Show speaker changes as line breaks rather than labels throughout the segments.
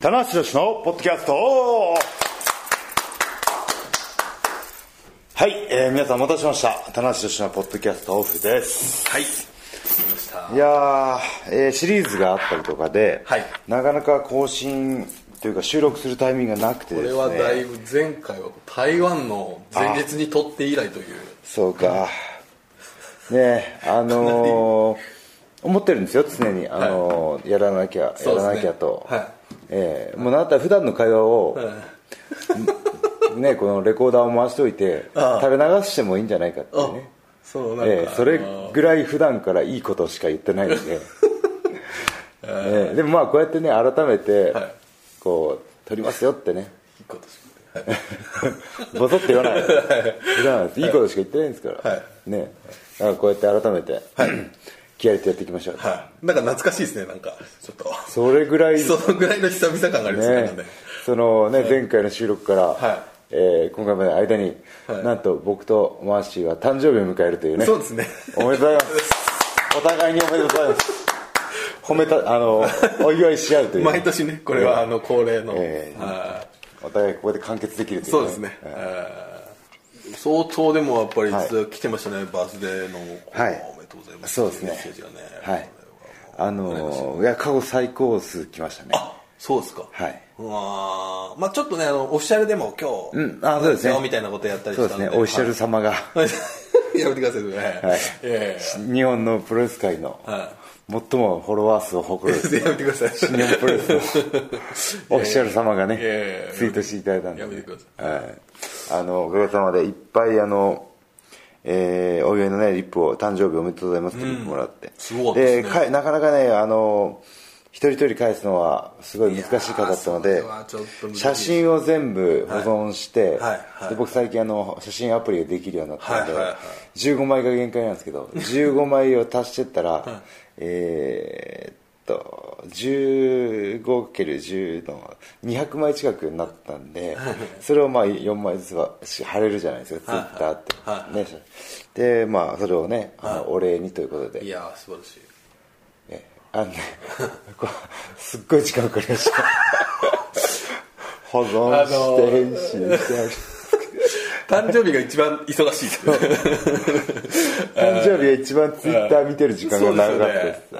棚橋宏のポッドキャストはい、えー皆さんお待たせしました棚橋宏のポッドキャストオフです
はい。来ました。
いやー、えーシリーズがあったりとかで、
はい
なかなか更新というか収録するタイミングがなくて
こ
ですね
れはだいぶ前回は台湾の前日に撮って以来という。
そうかねえあのー思ってるんですよ常に、あのーやらなきゃ、や
そうですね
らなきゃと、
はい
ええもうなんだったら普段の会話を、ね、このレコーダーを回しておいて
ああ
垂れ流してもいいんじゃないかっていうね、
そうなんか、
ええそれ
あの
ぐらい普段からいいことしか言ってないん で、ええでもまあこうやってね改めて、
はい
こう撮りますよって ね
いいことしかない
ボソって言わない言わないですいいことしか言ってないんですから、
は
ねだからこうやって改めて、 気合入れてやっていきましょう、
はい。なんか懐かしいですね。なんかちょっと
それぐらい
そのぐらいの久々感がありますね。なんか
ね
ね
そのね、前回の収録から、
は
えー今回までの間に、
はい
なんと僕とマーシーは誕生日を迎えるというね
そうですね。
おめでとうございますお互いにおめでとうございます褒めたあのお祝いし合うという
毎年ね、これはあの恒例の。
ええ
は
お互いここで完結できると
い
いう、
そうですね。はい相当でもやっぱり
はい
ずっと来てましたね、バースデーの、
はい
おめでとうございます
そうですね
メッセージがね
はいあのーいや過去最高数来ましたね
あそうですか
はいう
わーまあちょっとねあのオフィシャルでも今日、
うんあそうですね
みたいなことやったりし
そ
た
うんで
です
ねオフィシャル様が、
はいやめてください ね
はい
え
日本のプロレス界の
えは
最もフォロワー数を誇る
いやめてください
日本プロレスのオフィシャル様がね
ええ
ツイートしていただいたんで
やめてくださ
はいあのおかげさまでいっぱいあのえーお祝いのねリップを誕生日おめでとうございますってもらって、
すごかったですね
かなかなかねあの一人一人返すのはすごい難しい方だったの
い
で
やーそれはちょっと難しい
写真を全部保存して、
はいはい
で僕最近あの写真アプリができるようになったので、
はいはいはい
15枚が限界なんですけど15枚を足してったら、えーっと 15×10 の200枚近くになったんでそれをまあ4枚ずつはし貼れるじゃないですかツイッターって、
は
ね、でまあそれをねあのお礼にということ
い
で、
やー素晴らしい
えあのねこうすっごい時間かかりました保存して編集して
誕生日が一番忙しい そう
誕生日が一番ツイッター見てる時
です
間
よ
が
ね
長かったです
ええ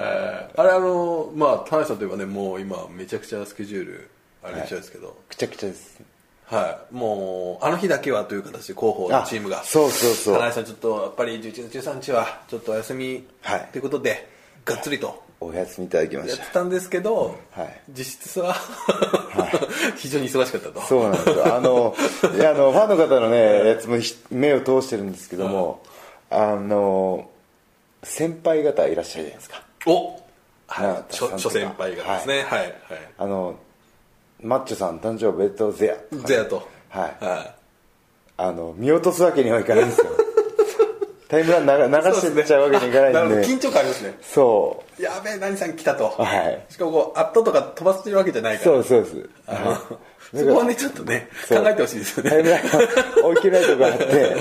あれあのまあ田中さんといえばねもう今めちゃくちゃスケジュールあれにしちゃうんですけど、
くちゃくちゃです
はい、もうあの日だけはという形で広報のチームが
あそうそうそう
金井さんちょっとやっぱり11月13日はちょっとお休み
はい
ということで、がっつりと
お休みいただきま
やっ
して
たんですけど、
はい
実質は、 非常に忙しかったと
たそうなんですよあのいやあのファンの方のねやつもひ目を通してるんですけども、あの先輩方いらっしゃるじゃないですか
お
なん
は
か
い初初先輩がですねはいはい、
あのマッチョさん誕生日おめでとうぜや
ゼアと
はい
は
あの見落とすわけにはいかないんですよ タイムライン流
い、
流してっちゃうわけにいか
な
ないん
るほ
で
ど緊張感ありますね
そう
やべえ何さん来たと、
はい
しかもこうアットとか飛ばしてるわけじゃないから
そうそうです
あ
はい
のそこはねちょっとね
そう
考えてほし いですよね
タイムライン置いてないとこがあって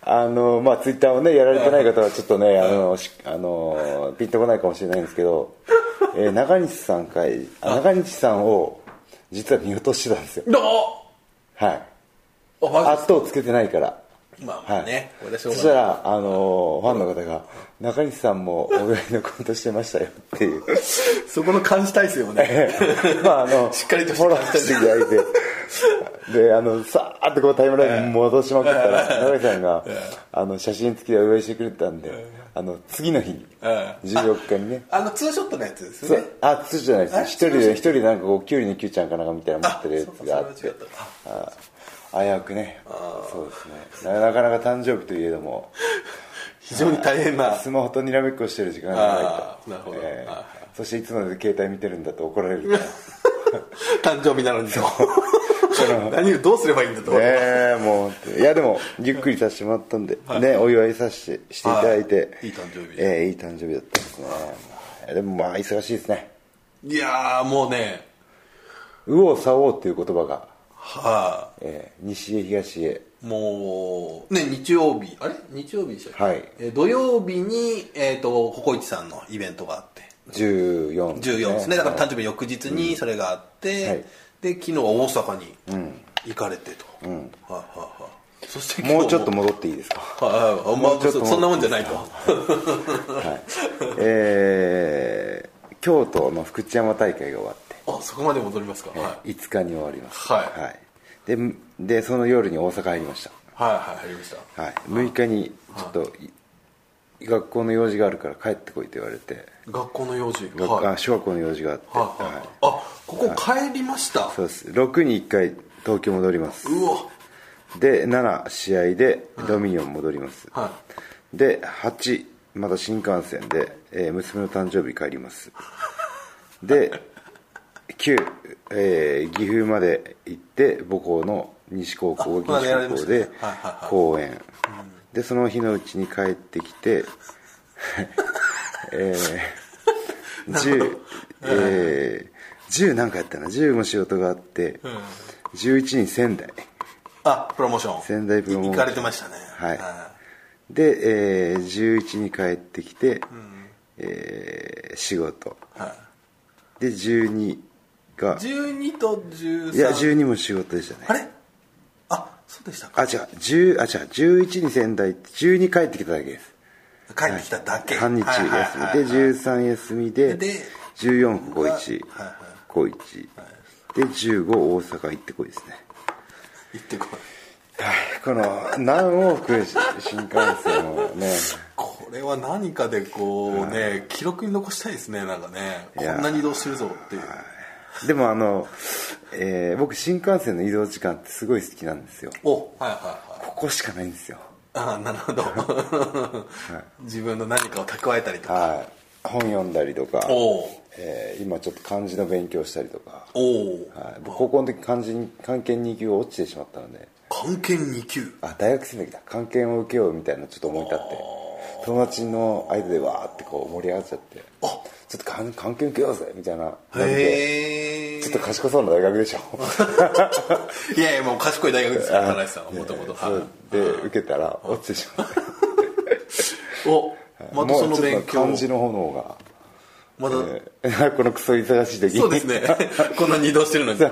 あのまあツイッターをねやられてない方はちょっとねあのしあのピンとこないかもしれないんですけど、えー中西さんかいあ中西さんを実は見落としてたんですよ
どう
はい
おマジですか
圧をつけてないから
まあまあね
は
こ
い
れはし
そ
ょ
う
が
し
ない
たらあのファンの方が「中西さんもお祝いのコントしてましたよ」っていう
そこの監視体制をね
まああの
しっかりとした
フォローしていただいてであのさーっとこうタイムラインに戻しまくったら中西さんがあの写真付きでお祝いしてくれたんであの次の日14日にね
あのツーショットのやつです
そ
ね
うあっじゃないです
あ
一人で一人でなんかこうキュウリのキュウちゃんかなんかみたいな持ってるやつ
そうかそれ
があ
は
っ
違
て
ったか
あ危うくねそうですねななかなか誕生日といえども
非常に大変な
スマホとにらめっこしてる時間が
あーな
な
る
い
ほ
と
ど
え
はいは
ーそしていつまで携帯見てるんだと怒られるから
誕生日なの にと何をどうすればいいんだと
ねえもういやでもゆっくりさせてもらったんで、ねお祝いさせてしていただいて、
はいいい誕生日
ええいい誕生日だったですねでもまあ忙しいですね
いやーもうね
右往左往っていう言葉が、
は
えー西へ東へ
あもうね日曜日あれ日曜日でしたっけ
はい
えー土曜日にえっ、とココイチさんのイベントがあって
14です
14ですねだから誕生日翌日にそれがあって、
はい
で昨日は大阪に行かれてと、はいはいはいそして今日
もうちょっと戻っていい ですか
はいはいあんま
もうちょっと
そそんなもんじゃないと
えー京都の福知山大会が終わって
あそこまで戻りますか、はい
5日に終わります
はい
ででその夜に大阪入りまし
はいはい入りました
た、はい、6日にちょっと、い学校の用事があるから帰ってこいと言われて、
学校の用事
学
はい
あ小学校の用事があって、
はいはい
は
はいい、あここ帰りました、
そうです6に1回東京戻ります
うわ
で7試合でドミニオン戻ります、
は
で8また新幹線で、えー娘の誕生日帰りますで9、えー岐阜まで行って母校の西高校
あまだやら
西
れ
高校
ましたね
で
はいはいはい
公演でその日のうちに帰ってきて え ー、10えー10なんかやったな10も仕事があって、11に仙台
あプロモーション
仙台プロモーション
い行かれてましたね
はいで、えー11に帰ってきて、えー仕事
はい
で12が
12と13
いや12も仕事でしたね
あれあそうでしたか
あ違う10あ違う11に仙台行って12帰ってきただけです
帰ってきただけ、
半日休み、
はいはいはいはい
で13休みで
で
14ここ1
はいはい
こ1で15大阪行ってこいですね
行ってこい
はいこの何往復し新幹線をね
これは何かでこうね記録に残したいですねなんかねこん
や
なに移動してるぞっていう
でもあの、えー僕新幹線の移動時間ってすごい好きなんですよ
おはいはいはい
ここしかないんですよ
あなるほど、 自分の何かを蓄えたりとか
はい本読んだりとか、
おう
えー今ちょっと漢字の勉強したりとか、
おお
はい、僕高校の時漢字に漢検2級が落ちてしまったので
関係2級
あ大学生の時だ漢検を受けようみたいなちょっと思い立って友達の間でわーってこう盛り上がっちゃって
あ
ちょっと漢漢検受けようぜみたいな感じで
へえ
ちょっと賢そうな大学でしょ
いやいやもう賢い大学ですから高橋さんはもとも と
そうで受けたら落ちてしまった
おまたその
もうち
勉
ょっと
強
漢字の炎が、
また
えー このクソ忙しい時に
そうですねこんなに移動してるのにあ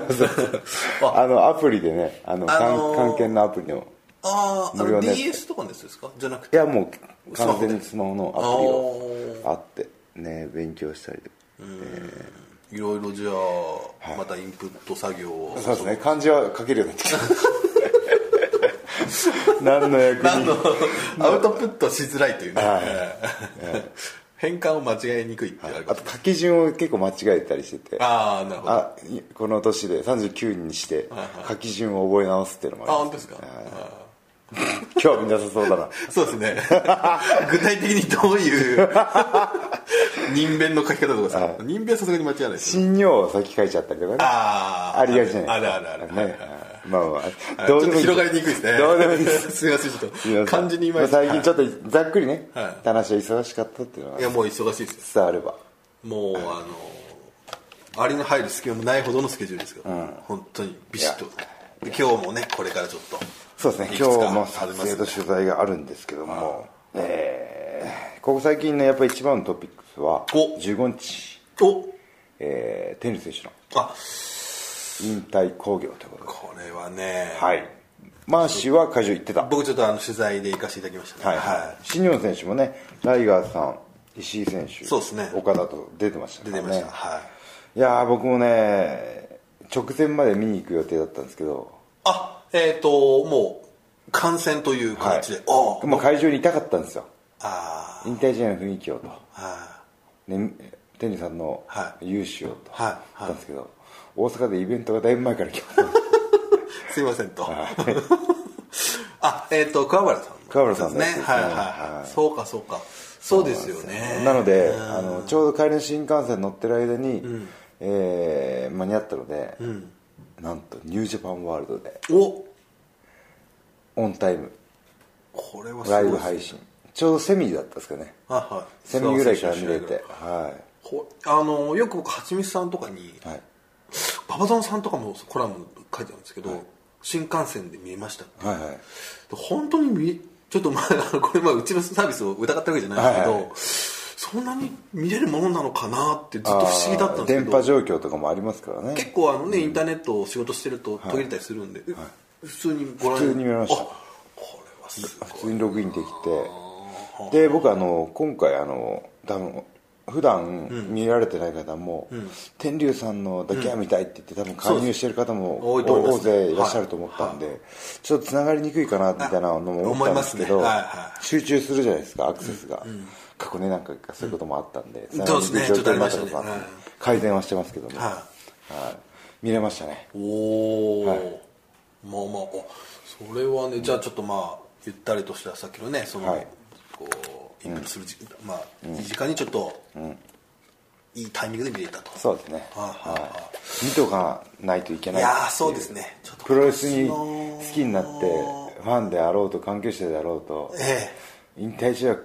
あのアプリでねあの、
あのー
漢漢検のアプリの
あーあ
無料
の
のやつ
DS とかのやつですかじゃなく
い
て
やもう完全にスマホのアプリがあってね勉強したりとか
いろいろじゃあまたインプット作業を
そうですね漢字は書けるようになってき た何の役
あ
に
のアウトプットしづらいというね、
はい
えー変換を間違えにくいっていうある
あ
かもし
と
れ
書き順を結構間違えたりしてて
ないああなるほどあ
あいこの年で39にして書き順を覚え直すっていうのもあり
本当
ま
ですすか
興味なさそうだな
そうですね具体的にどういう 人弁の書き方とかですか人弁はさすがに間違えないですよね
新尿を先書いちゃったりとかね
ああ
ありがちじゃない
あ
です
る
か
あるある
ねまあまあ
ちょっと
いい
広がりにくいですね
どうでもいいです
すすいませんちょっと漢字にいまいち
最近ちょっとざっくりね、
はい
話は忙しかったっていうのはい
やもう忙しいです
伝
よ
われば
もうあのアリの入る隙間もないほどのスケジュールですから、本当にビシッと
い
で今日もねこれからちょっと
そうですね
いく
今
つか
日も撮
あ
影
り
と
ますね
取材があるんですけども、えーここ最近のやっぱり一番のトピックスは
お
15日、
お
えー、テニス選手の
あ
引退興行ということ
これはね、
ではいマーシーは会場行ってた、は
僕ちょっとあの取材で行かせていただきましたね
い新日本選手もねライガーさん石井選手
そうですね
岡田と出てましたか
出
らね
てました、はい
いやー僕もね直前まで見に行く予定だったんですけど
あえっ、ともう感染という形で、お
もう会場にいたかったんですよ
あ
引退試合の雰囲気をと、
ああ
ね、天理さんの
はい
勇姿をと、
はいはい
言ったんですけど大阪でイベントがだいぶ前から来ました
ーすいませんと あえっ、と桑原さんの
桑原さんのや
で
つ
す
です
ね
ね
はいはいはい、
はい
そうかそうかそうですよね
なのであのちょうど帰りの新幹線乗ってる間に、えー間に合ったので、なんとニュージャパンワールドで
お
オンタイム
これはすご
ラ
い
イ
です
ブ配信ちょうどセミだったんですかね
はいはい
セミぐらいから見れてはい
ほあのよく僕はちみつさんとかに
はい
馬場園さんとかもコラム書いてあるんですけど、新幹線で見えましたって、
はいはい
本当に見えちょっとまあこれまあうちのサービスを疑ってるわけじゃないですけど、そんなに見れるものなのかなってずっと不思議だったんですけ
電
ど
波状況とかもありますからね
結構あのね、インターネットを仕事してると途切れたりするんで、え普通にご覧
普通に見ました
あこれはす
普通にログインできてで僕あの今回あの多分普段見られてない方も、天竜さんのだけは見たいって言って多分勧誘してる方も
そうです多いと思いま
大
す
勢いらっしゃると思ったんで、ちょっとつながりにくいかなみたいなのも思ったんですけど
思いますねはいは
集中するじゃないですかアクセスが、過去ねなんかそういうこともあったんで、つながりにくい
そうですね
状況になった
ちょっとありました
と
ね
か
はい
改善はしてますけども、
は
はい見れましたね
おお、
はい
まあまああそれはねじゃあちょっとまあゆったりとしたさっきのねその、
はい
こうインプットする時間、まあ、いい時間にちょっと、いいタイミングで見れたと
そうですね、
ああああ
はい、見とかないといけない
いやー
ってい
そうですねちょっと
プロレスに好きになってファンであろうと関係者であろうと
ええ
引退試合は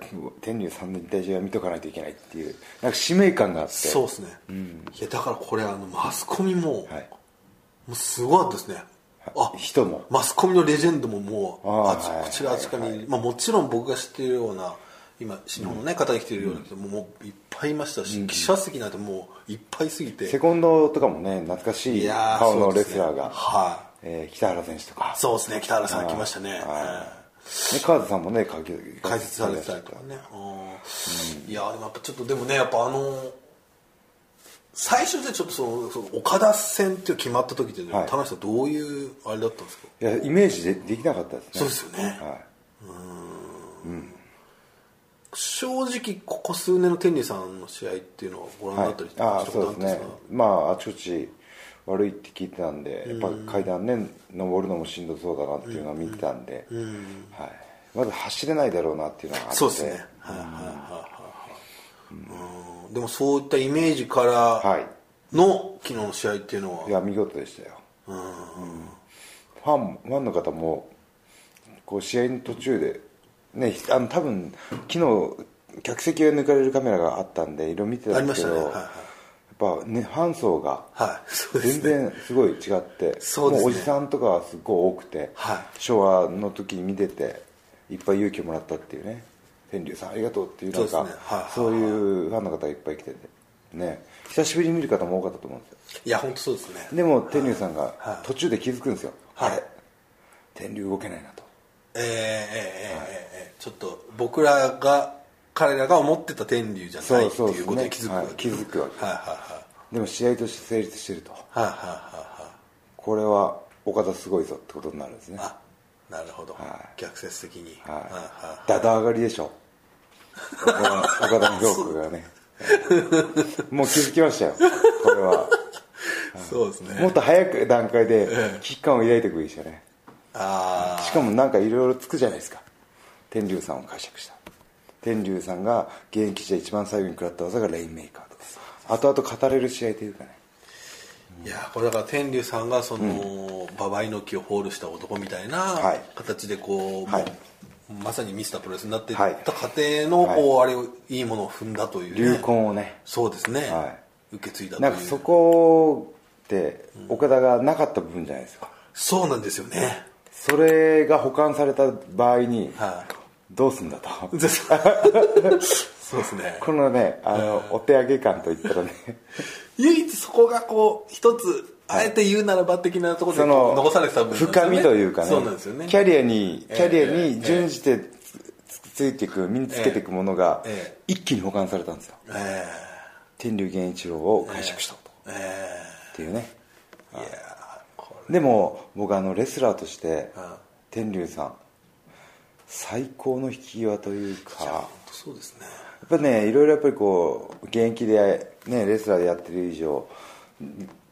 天竜さんの引退試合は見とかないといけないっていうなんか使命感があって
そうですね、いやだからこれあのマスコミも,、
はい
もうすごかったですねあ
人も
マスコミのレジェンドももう
あー
あち
はい
こちらあちこちらに、まあ、もちろん僕が知っているような今新日本の、ね方に来ているような人ももういっぱいいましたし、記者席なんてもういっぱいすぎて
セコンドとかもね懐かしい
ー
顔の
そうで
レ
す
ス
ね
ラーが、
は
えー北原選手とか
いそうですね北原さん来ましたね、うん
ね川田さんもね解説
解説されてたりとかね、うんいやでもやっぱちょっとでもねやっぱあの最初でちょっとそのその岡田戦っていう決まった時って、
はい
田中さんどういうあれだったんですか
いやイメージでできなかったですね
そうですよね
はい
正直ここ数年の天理さんの試合っていうのはご覧になったりした
ああ
こと
そ
あ
う
る
で
ん
す
です
ね
か
まああちこち悪いって聞いてたんでやっぱ階段ね登るのもしんどそうだなっていうのは見てたんで、はい、まず走れないだろうなっていうのはあって
そうですねはいはいはいはいはいうんでもそういったイメージから
は、
の昨日の試合っていうのはい
や見事でしたよ、うんファンもファンの方もこう試合の途中でねあの多分昨日客席を抜かれるカメラがあったんで色々見てたんですけど、
ありましたね
やっぱねファン層が
はいそうです
全
ね
然すごい違って
そう
も
ですね
うおじさんとかはすごい多くて、
はい
昭和の時に見てていっぱい勇気をもらったっていうね天竜さんありがとうっていうなんか
そ
そうう,、
ですねはい
いうファンの方がいっぱい来ててね久しぶりに見る方も多かったと思うんですよ
いや本当そうですね
でも天竜さんが
はい
途中で気づくんですよ、
はい
あれ天竜動けないなと
えーえーえーえーえーちょっと僕らが彼らが思ってた天竜じゃないって
そうそうですね
いうことに気づくわ
はい
け
気づくわけ
はいはい
でも試合として成立してると
はいはいはいはいはい
これは岡田すごいぞってことになるんですね
あなるほど、
は
逆説的に、はい
はい、だだ上がりでしょ岡田岡田の評価がねもう気づきましたよこれは
そうですね
もっと早く段階で危機感を抱いていくべきでしたね
ああ
しかもなんかいろいろつくじゃないですか天竜さんを解釈した天竜さんが現役時代一番最後に食らった技がレインメーカーとか後々語れる試合というかね
いやこれだから天竜さんがその、馬場猪木をホールした男みたいな
はい
形でこう、
はい
もうまさにミスタープロレスになっていっ
はい
た過程の、こうあれをいいものを踏んだという、ね、
流行をね
そうですね、
は
受け継いだとい
な
うん
かそこって岡田がなかった部分じゃないですか
そうなんですよね
それが保管された場合に
はい
どうすん だと
でそうですね
このねあのお手上げ感といったらね
唯一そこがこう一つあえて言うならば的なところで
その
残されてた部分なんですよ
深
ね
みというかね
そうなんですよね
キャリアにキャリアに準じてつつついていく身につけていくものが
え
一気に保管されたんですよ
ええ
天竜源一郎を解釈したと
え
っていうね
えいやーこ
でも僕あのレスラーとして
うん
天竜さん最高の引き際というか
れ本当そうですね
やっぱね、いろいろやっぱりこう現役で、ね、レスラーでやってる以上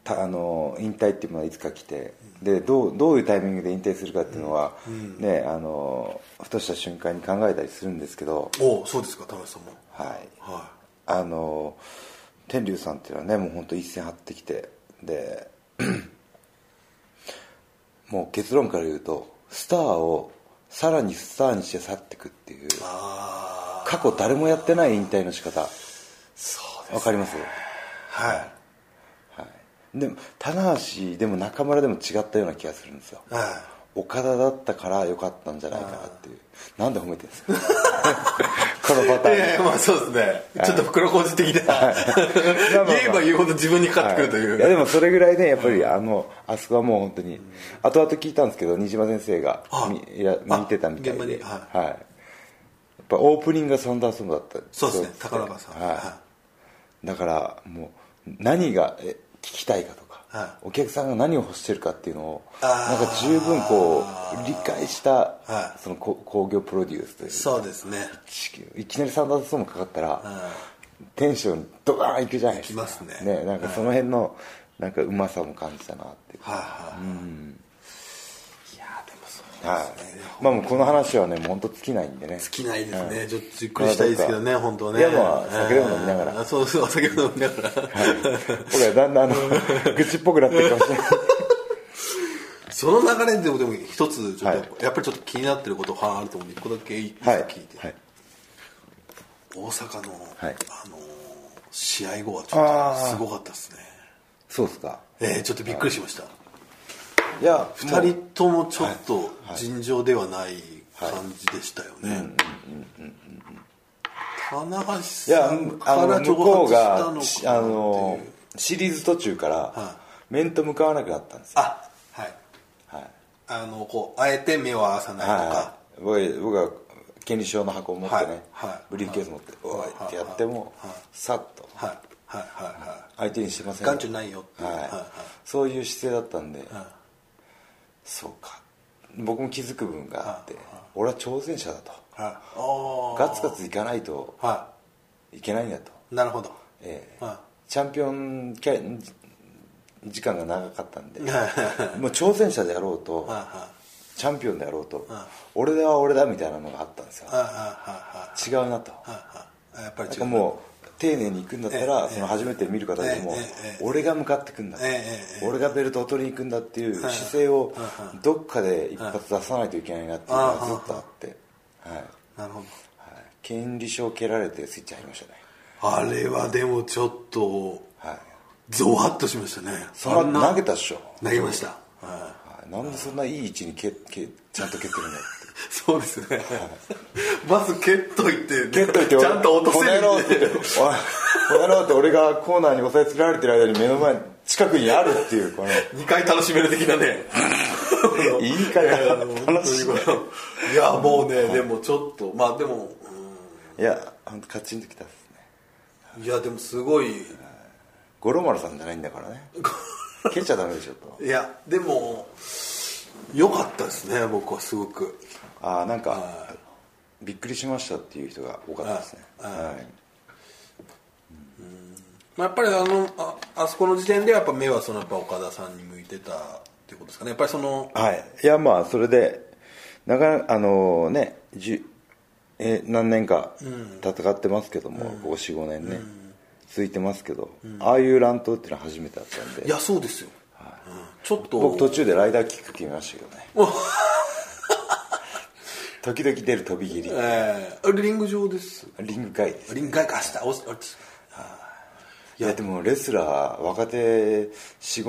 たあの引退っていうものはいつか来てでどうどういうタイミングで引退するかっていうのは、ね、あのふとした瞬間に考えたりするんですけど、
おおそうですか田中さんも
はい、
は
あの天竜さんっていうのはねもう本当一線張ってきてで もう結論から言うとスターをさらにスターにして去っていくっていう
いああ
過去誰もやってない引退の仕方
そうです
わかります
は
はい、でも棚橋でも中村でも違ったような気がするんですよ
いは
岡田だったから良かったんじゃないかなっていうなんで褒めてるんですか このパターン、
ええまあそうですねちょっと袋小路的な
まあまあ
言えば言うほど自分にかかってくるという、
はいやでもそれぐらいねやっぱりあのあそこはもう本当に後々聞いたんですけど新島先生が
はい
みいや
あ
見てたみたいで、
現場
はい
には
やっぱオープニングがサンダーソングだった
そうですね宝川さん
はい
は
だからもう何がえ聞きたいかとか、
は
お客さんが何を欲してるかっていうのを
あ
な
ー
んか十分こう理解した、
はい
そのこ工業プロデュースという
そうですね
いきなりサンダーソングかかったら、テンションドカーンいくじゃないですか
いきますね
なんかその辺のなんかうまさも感じたなっていう
はいはいいやーでもそう
は
ですね
いまあもうこの話はねもう本当尽きないんでね
尽きないですね、ちょっとじっくりしたいですけどね、
まあ
本当はね。
いやまあ酒でも飲みながら
あそうそう、お酒でも飲みながら。
僕はだんだんあの 愚痴っぽくなってるかもしれない
その流れでも、でも一つちょっと、
はい
やっぱりちょっと気になってること、はあると思うんで、一個だけいいですか
はい
聞いて、
はい
大阪の、
はい
あのー試合後はちょっとすごかったですね。
そうですか
えーちょっとびっくりしました。
いや
二人ともちょっと尋常ではない感じでしたよね。棚橋
いや
さんか
あの
ら
向
挑
こう
発したの
がしあ
かなっ
の
ていう。
シリーズ途中から面と向かわなくなったんですよ
あはい
はい
あのこうあえて目を合わさないとか
はいはい、僕は僕は権利証の箱を持ってね、
はいはい
ブリーフケース持って、
はい
おいってやっても、さっと
はいはいはいは
相手にしてませ
い
ん
眼中ないよっていう
はい
はいはい
そういう姿勢だったんで、
はい
そうか僕も気づく部分があって、俺は挑戦者だと
はいあ
ガツガツいかないと
あはい
けないんだと、
いなるほど
ええ
は
チャンピオンキャ時間が長かったんで
いはい
もう挑戦者でやろうと、
は
チャンピオンでやろうと、
はい
俺は俺だみたいなのがあったんですよ
いはいはいは
違うなと、
いはいはいやっぱり
なん
違
か
う
もう丁寧に行くんだったら、
ええ
その初めて見る方でも、
ええええ
俺が向かってくんだ、
ええええ
俺がベルトを取りに行くんだっていう姿勢をどっかで一発出さないといけないなっていうのがずっとあって、はいはい、
なるほど
権利書を蹴られてスイッチ入りましたね、
あれはでもちょっと
はい、
ゾワッとしましたね
その
あ
後
ん
投
な
げたっしょ、
投げましたはい
はい、なんでそんないい位置に蹴蹴ちゃんと蹴ってるんだっ
そうですねまず蹴っといて
て蹴っといて
ちゃんと落とせる
この野郎っておいこの野郎って俺がコーナーに押さえつけられてる間に目の前近くにあるっていうこの
2回楽しめる的なね
言い
や
方
もう本当に
楽しい
これいやもうねでもちょっとまあでも
いや本当カチンときたですね
うんいやでもすごい
五郎丸さんじゃないんだから ね蹴っちゃダメでしょと
いやでも良かったですね僕はすごく
ああなんかびっくりしましたっていう人が多かったですねはい
まあやっぱりあのああそこの時点でやっぱ目はそのやっぱ岡田さんに向いてたっていうことですかねやっぱりその
はい、いやまあそれでなかなかあのねじゅえ何年か戦ってますけども、ここ45年ね、続いてますけど、ああいう乱闘っていうのは初めてだったん
い
で
やそうですよ、うんちょっと
僕途中でライダーキック決めましたけどね 時々出る飛び切り
えー、リング上です
リング外です
リング外かしたおしおし
いやでもレスラー若手45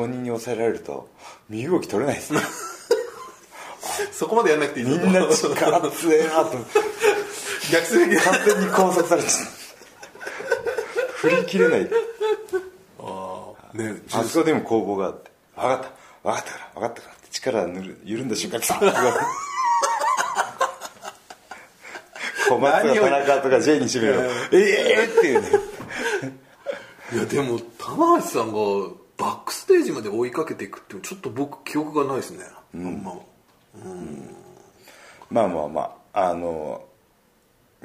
人に抑えられると身動き取れないですね
そこまでやんなくていい
み
の
んな力強えなと思って
逆すぎ
完全に拘束されてた振り切れない
ね
あそこでも攻防があって「分かった分かったから分かったから」って力がぬる緩んだ瞬間さ小松が田中とか J に締めよう「ええー!」っていうね
いやでも棚橋さんがバックステージまで追いかけていくってちょっと僕記憶がないですね、あんま
まあまあまああの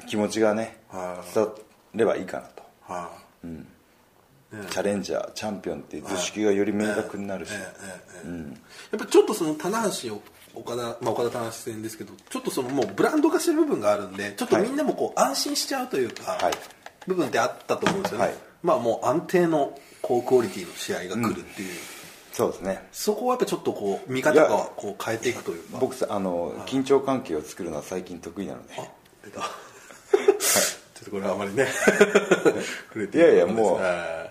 気持ちがね
は
伝わればいいかなと
は
チャレンジャーチャンピオンっていう図式がより明確になるし
い、ええええやっぱちょっとその棚橋を岡田、まあ、岡田棚橋戦ですけどちょっとそのもうブランド化してる部分があるんでちょっとみんなもこう安心しちゃうというか、
はい
部分ってあったと思うんですよね、
はい
まあもう安定の高クオリティの試合が来るっていう、
そうですね
そこはやっぱちょっとこう見方がこう変えていくというか
僕さあの緊張関係を作るのは最近得意なので
あ出たちょっとこれはあまりね 触れて
いやいや
ところです
もう
は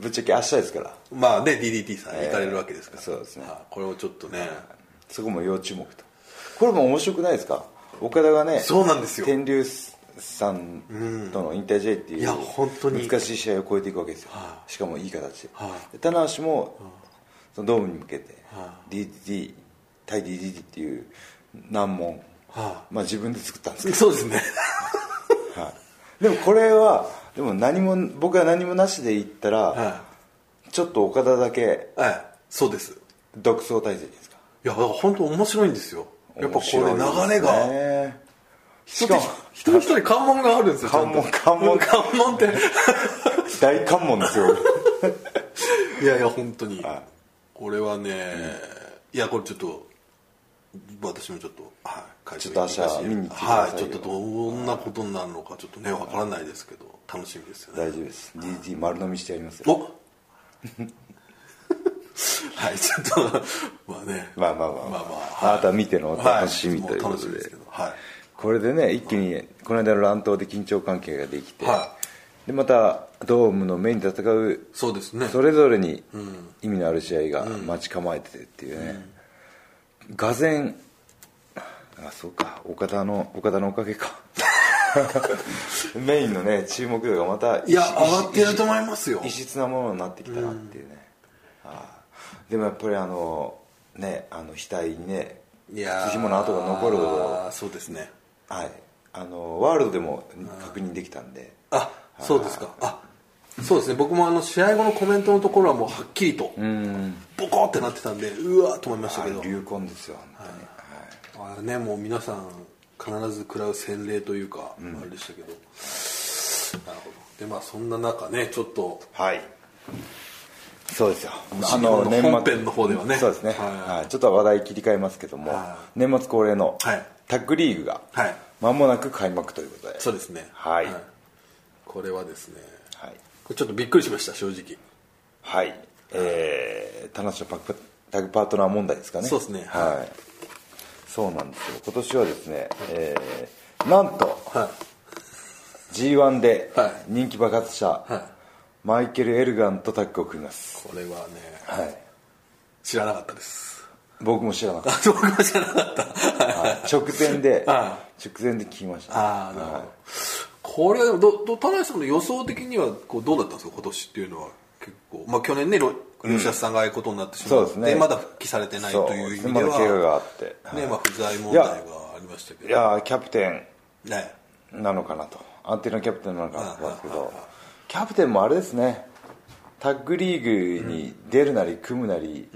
い
ぶっちゃけ明日ですから
まあね DDT さん行かれるわけですから、
そうですね
はいこれをちょっとね
そこも要注目とこれも面白くないですか岡田がね
そうなんですよ
天竜さんとの引退試合っていう、
いや本当に
難しい試合を超えていくわけですよ、しかもいい形で、
は
で棚橋も、そのドームに向けて、
は
DDT 対 DDT っていう難問、
は
まあ、自分で作ったんですけど
そうですね
でもこれはでも何も僕が何もなしで行ったら、
は
ちょっと岡田だけ
い、はい、そうですい
独走体制ですか
やだから本当面白いんですよやっぱこれ流れが、
がし
一
かも
人一人関門があるんですよちゃんと
関門関
関 門って
大関門ですよ
いやいや本当に、
はい
これはね、いやこれちょっと私もちょっと、はい、会社
ちょっと明日
行かせ
見に行ってくだ
は
さいよ
いちょっとどんなことになるのかちょっとねわからないですけど楽しみですよね
大丈夫です DDT 丸飲みしてやりますよ
お はいちょっとまあね
まあまあまあ、
まあまあ
あなた見てのお楽しみというこ
は
と
も楽しみ
で,、
ですけどは
これでね一気にこの間の乱闘で緊張関係ができて、
は
でまたドームのメインで戦う
そうですね
それぞれに意味のある試合が待ち構えててっていうね、がぜんあそうか岡田の岡田のおかげかメインのね注目度がまた
いや上がってると思いますよ
異質なものになってきたなっていうね、ああでもやっぱりあのねあの額にね
いやー
ひもの跡が残る
そうですね
はいあのワールドでも確認できたんで
あそうですかあそうですね僕もあの試合後のコメントのところはもうはっきりとボコってなってたんでうわーと思いましたけど
あ流行ですよ本当に、はい
あれねもう皆さん必ず食らう洗礼というか、あれでしたけどなるほどでまあそんな中ねちょっと
はい。そうですよ。
新日本の本編の方ではね
そうですね。
はい
はい。ちょっと話題切り替えますけども
は、
年末恒例の
はい
タッグリーグが
はい
間もなく開幕ということで。
そうですね
はい
これはですね
はい。
これちょっとびっくりしました正直
はい。えー、田中パックタッグパートナー問題ですかね。
そうですねはい
はい。そうなんですよ。今年はですね、えー、なんと
は
G1 で
はい
人気爆発した
は
マイケル・エルガンとタッグを組みます。
いこれはね
はい。
知らなかったです
僕も知らなかった
あ僕も知らなかった
直前で直
あ
前で聞きました
ああなるほど、
はい
これはでもどど田中さんの予想的にはこうどうだったんですか今年っていうのは結構、まあ、去年ねロ吉田さんがああいうことになってしま
そう
っ
で
て、
すね
まだ復帰されてない
そう
という意味で
ま
は、
だ怪我があって、
ねまあ、不在問
い
題が
や
ありましたけ
い
ど
やーキャプテ
ね
ンなのかなと安定のキャプテンなのかなと思うんですけ
うんうん
どキャプテンもあれですねタッグリーグに出るなり組むなり、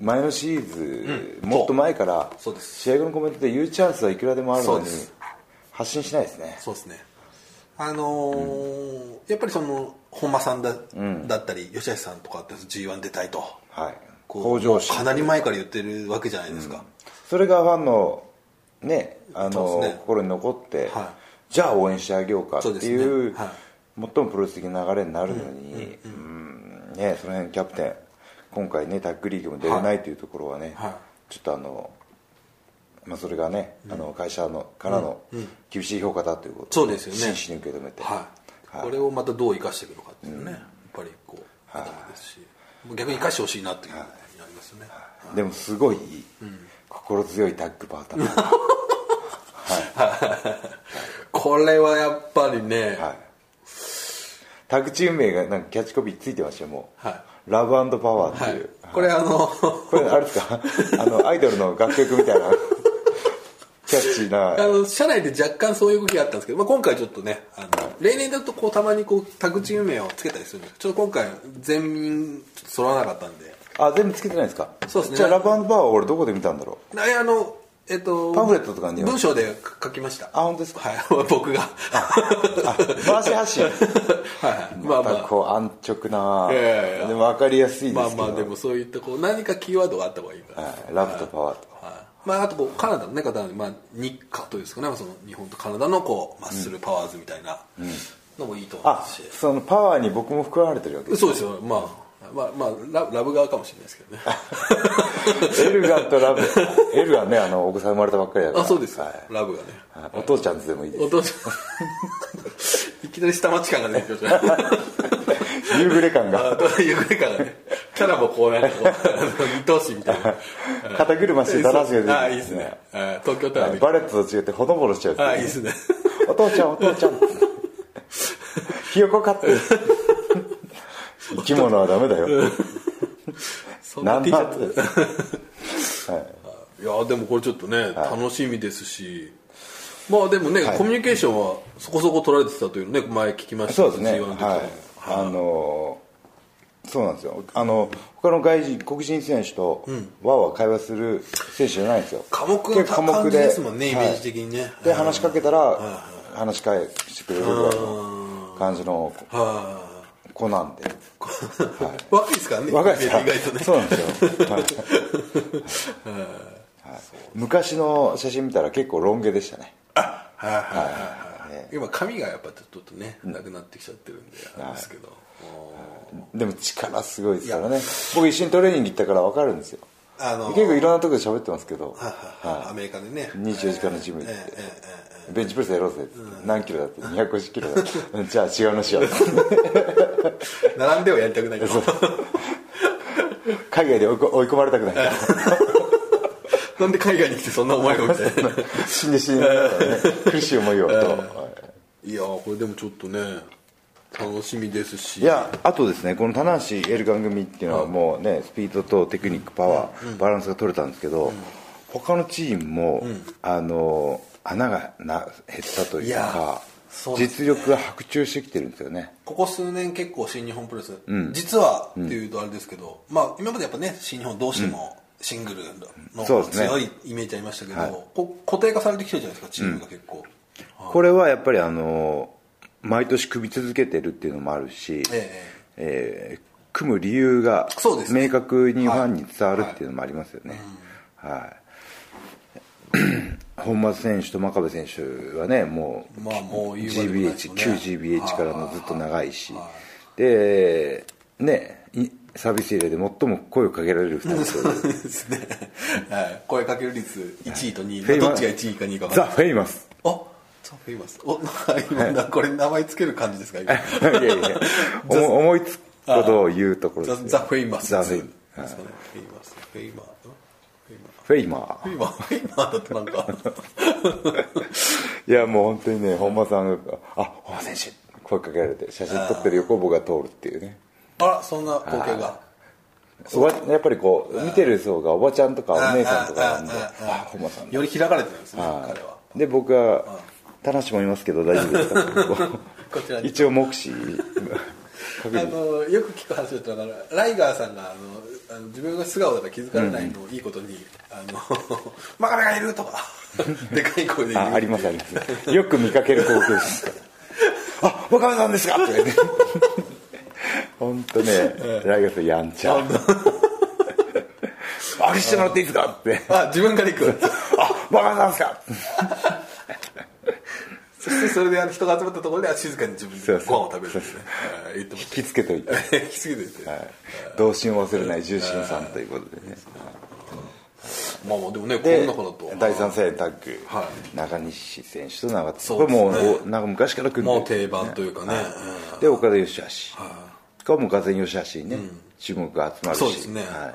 前のシーズン、もっと前から
そうです
試合後のコメントで言うチャンスはいくらでもあるのに
そうです
発信しないですね
そうですねあのーやっぱりその本間さんだ,、だったり吉橋さんとかって g 1出たいと
はい
こう
向上心
かなり前から言ってるわけじゃないですか、
それがファンのねあ
そ
の
うですね
心に残って、
は
じゃあ応援してあげようかってい
そう
う
ですねはい
最もプロレス的な流れになるのに、うんね、その辺キャプテン今回ねタッグリーグも出れないというところはね、
は
ちょっとあの、まあ、それがね、あの会社のからの厳しい評価だということ
そうですよね
真摯に受け止めて、
はい、
はい
これをまたどう生かしていくのかっていうね、やっぱりこう頭ですし、逆に生かしてほしいなっていうふうになりますよね、
でもすごい、心強いタッグパートナー
これはやっぱりね、
はい、タッグチーム名がなんかキャッチコピーついてましたよもう、
は
ラブパワーっ
は
て
い
いう、
これあの
これあれですかあのアイドルの楽曲みたいなキャッチー
あ
な
の社内で若干そういう動きがあったんですけど、まあ、今回ちょっとねあの例年だとこうたまにこうタグチーム名をつけたりするんですけどちょっと今回全員ちょっと揃わなかったんで
あ全部つけてないですか
そうですね
じゃあラブパワーは俺どこで見たんだろう
あいやあのえっと
パンフレットとかに
文章で書きました
あ本当ですか
はい僕が
あ回し発信
はい ま
ま
あま
た
あ
こう安直な、
いやいやいや
でも分かりやすいで
ますあ
けど、
まあでもそういったこう何かキーワードがあった方がいいから、
はい、ラブとパワーと
はいまあ、あとこうカナダの、ね、方は、まあ、日課というんですかねその日本とカナダのこうマッスルパワーズみたいなのもいいと思いま
あ
すし、
そのパワーに僕も含まれてるわけです
そうですよまあまあ、まあ、ララブ側かもしれないですけ
エ
どね
ルガンとラブエルガンねあのお子さん生まれたばっかりだから
あそうですよ、
はい
ラブがね
はいお父ちゃんズでもいいです
お父さ んいきなり下町感が出てきましたね
夕暮れ感が
あというぐらいからねキャラもこうなんかこう愛おしいみたいな
肩車してたらしい
あいいですね。あ東京タワーで
バレットと違ってほのぼのしちゃう
あいいです ね。
お父ちゃんお父ちゃんひよこ飼ってる生き物はダメだよ
そんな
何
T シ
だっ
ャ
て
ツ。いやでもこれちょっとね、楽しみですしまあでもね、コミュニケーションはそこそこ取られてたというね前聞きました
そうですね
G1 の時
はいあのーそうなんですよあの他の外人黒人選手とわーわー会話する選手じゃないんですよ
寡黙な
結構寡
感
黙
じですもんね、イメ
はい
ージ的にね
で話しかけたら話し返してくれるぐらいの感じの
は
子なんで
い若いですからね
若いですか
意外とね
そうなんですよ、はいはい昔の写真見たら結構ロン毛でしたね
はいはいはいはい今髪がやっぱちょっとねなくなってきちゃってるんであれですけど
でも力すごいですからね僕一緒にトレーニング行ったから分かるんですよ
あの
結構いろんなとこで喋ってますけど
アメリカでね
24時間のジム行って
ええ
ベンチプレスやろうぜって何キロだって250キロだって じゃあ違うのしよ う
並んではやりたくないけど
海外で追いこ追い込まれたくない
なんで海外に来てそんな思いをみたいな
死んで死んで苦しい思いをとはい
いやーこれでもちょっとね楽しみですし
いやあとですねこの棚橋エルガン組っていうのはもうね、スピードとテクニックパワー、バランスが取れたんですけど、他のチームも、あの穴がな減ったという
いや
か
そうです
実力が白昼してきてるんですよね
ここ数年結構新日本プロレス、実はっていうとあれですけど、まあ今までやっぱね新日本どうしてもシングルの
そうですね
強いイメージありましたけど、こ固定化されてきてるじゃないですかチームが結構、
これはやっぱりあの毎年組み続けてるっていうのもあるし、
ええ
えー組む理由が
そうですね
明確にファンに伝わるっていうのもありますよね、はい本間選手と真壁選手はねもう,、
まあもう言うまでもないで
GBH
すよね
旧 GBH からのずっと長いし、でねいサービスエリアで最も声をかけられる2人ですよね
そうですね、 はい、声かける率1位と2位、
フェイマ
どっちが1位か2位か分か
ザ・
んない
フェイマス
あザ・フェイマスお なんか今これ名前つける感じですか 今
いやいやいやおも思いつくことを言うところです
ザ・
よ
ザフェイマス
ザ・フェイマ
マスフェイマスフェイマーフェイマー
フェイマ
フェイマーフェイマーだってなんか
ーいやもう本当にね本間さんが「あ本間選手」声かけられて写真撮ってる横を僕が通るっていうね
あらそんな光景が
おばやっぱりこう見てる層がおばちゃんとかお姉さんとかなんで
あ
「
あああ
あ本間さんだ
より開かれてるんですね彼は」
で僕が「田無もいますけど大丈夫ですか?」こ
こちら
う
に
一応目視かけ
あ
る
のよく聞く話だったらライガーさんがあのあの自分が素顔だから気づかれないのをいいことに「あの マカメがいる!」とかでかい声で言う
あありますありますよく見かける光景ですから あ若林さんですかとか言って 本当ね来月やんち ゃあれしてもらっていいですかって
あ自分から行く
あ若林さんですか
そしてそれであの人が集まったところであ静かに自分
そう
で
そう
ご飯を食べるんですねはい言ってまし
引きつけといて、は
た行き過ぎてて、
い、童心を忘れない重心さんということでね
まあまあでもねこ
で
の中だと
第3世代タッグ、
は
中西選手と長田
そうですね
これもうおなんか昔から組んで
も
る
う定番というかね、
で岡田義橋かもう完全に義橋にね、注目が集ま
う
るし
んそうですね、
はい
うん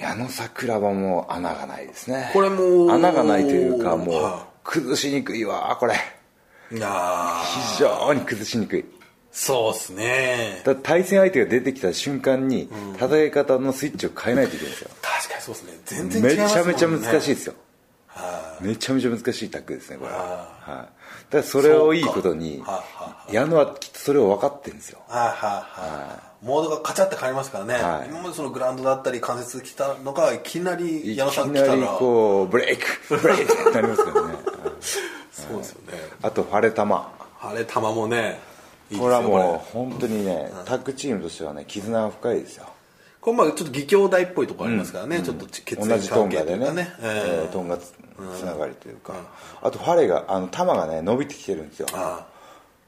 矢野桜はもう穴がないですね
これもう
穴がないというかもう
は
崩しにくいわこれ
いやー
非常に崩しにくい
そうですね
だ対戦相手が出てきた瞬間に戦い方のスイッチを変えないといけないんですよ、
確かにそうですね全然違
め
います
ちゃ
もんね
めちゃ難しいですよ
は
めちゃめちゃ難しいタッグですねこれは、
は
はい、だからそれをいいことに
そうかはあは
矢野はきっとそれを分かってるんですよ
いはいはいはいモードがカチャって変わりますからね、
はい
今までそのグラウンドだったり関節来たのがいきなり
いき
矢野さん来
な
た
り
ら
こうブレイク ブレイクってなりますからね
そうですよね
あと晴れ玉
あれ球もねいいですよ
これはもう本当にねタッグチームとしてはね絆が深いですよ
これまあちょっと義兄弟っぽいところありますからね、ちょっと血
同
縁
じト
関
ン
係
ガ
とい
で
うか
ね
ね
え
え
ートンガつつながりというかあとファレがあの球がね伸びてきてるんですよ
あ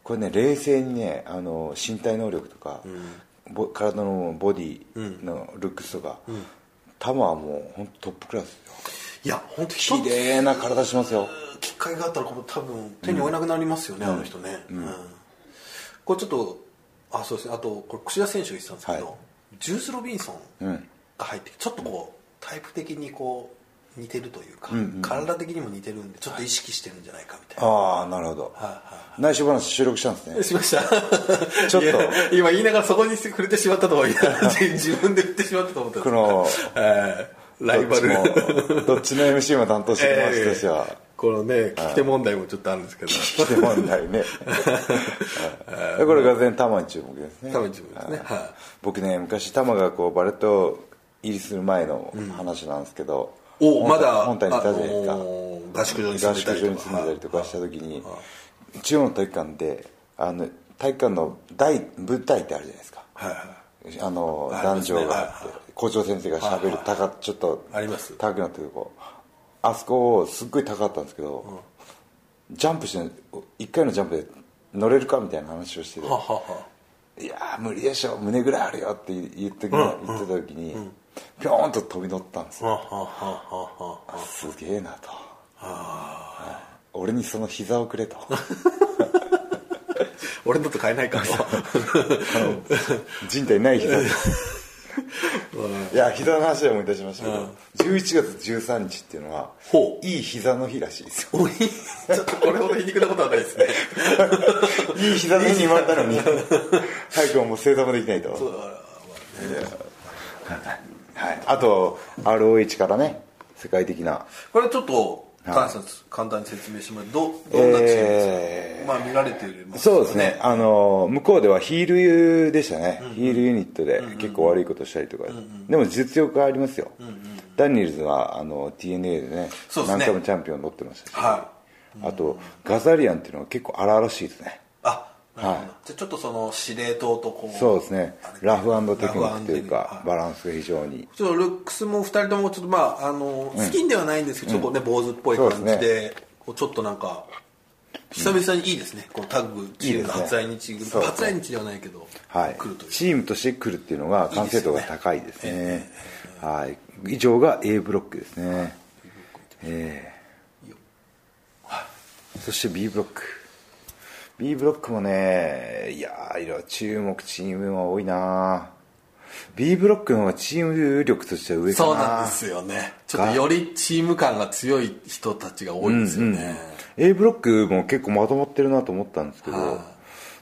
これね冷静にねあの身体能力とかぼ体のボディのルックスとか球はもう本当トップクラスですよ
えいや本当
綺
一つ
麗な体しますよ
きっかけがあったらこれ多分手に負えなくなりますよね、あの人ね、うんこれちょっとあそうですねあとこれ櫛田選手が言ってたんですけど、
はい
ジュース・ロビンソンが入ってちょっとこう
タイプ的にこう似てるというか、体的にも似てるんでちょっと意識してるんじゃないかみ たいな、
ああなるほど内緒話収録したんですね
しました
ちょっと
いや今言いながらそこに触れてしまったとは言わなくて自分で言ってしまったと思ったんで
こ
す
の
えーライバル
どっちもどっちの MC も担当してきましたしは、
ええこのね聞き手問題もちょっとあるんですけど
来て問題ねはいこれが全玉に注目ですね
多分自分ですね
はい
は
僕ね昔玉がこうバレット入りする前の話なんですけど、
いおまだ
本体にいたじゃないですか、
あのー合宿場に住
合
んで
宿
たり
所に
と
住んでたりと
か
かした時に中央の体育館であの体育館の大舞台ってあるじゃないですか
はいは
あの
あ
男
りますね
女があ
はい
っ
は
て校長先生がしゃべる高ちょっと
あります
高くなってるとこあそこをすっごい高かったんですけどジャンプして1回のジャンプで乗れるかみたいな話をしてて
いはははい
やー無理でしょ胸ぐらいあるよって言って,、言ってた時にピョーンと飛び乗ったんですよあすげえなとはい俺にその膝をくれと
俺のと買えないから
人体ない膝 といや膝の話で思い出しましたけど、11月13日っていうのは
ほ
いい膝の日らしいですよ
おいちょっとこれほど皮肉なことはないですね
いい膝の日に生まれたのに 早くももう正座もできないとはい、あと ROH からね世界的な
これちょっと簡単,、簡単に説明してもらうどどんなチームですか、まあ見られています
そうですね、あの向こうではヒールでしたね、ヒールユニットで結構悪いことしたりとか、でも実力はありますよ、ダニエルズはあの TNA でね
そうですね
何回もチャンピオン取ってましたし、
は
あとガザリアンっていうのは結構荒々しいですね、
あなるほど、
はい
じゃあちょっとその司令塔とこう
そうですね
あれ、
ラフテクニックという
ラフ
か、
は
バランスが非常に、
いちょっとルックスも2人ともちょっとまああの好きではないんですけど、ちょっとね坊主っぽい感
そ
じ
う
で
で
こうちょっとなんか久々にいいですね、こうタッグチームの
いいです
初
ね
来日グループ
そうです
初来日ではないけど、
はい
来るとい、う
チームとして来るっていうのが完成度が高いですね、はい、以上が A ブロックですね、ええそして B ブロック、B ブロックもね、いやー、いろいろ注目チームは多いな、B ブロックの方がチーム力としては上かな。
そうなんですよねちょっとよりチーム感が強い人たちが多いですよね、
A ブロックも結構まとまってるなと思ったんですけど、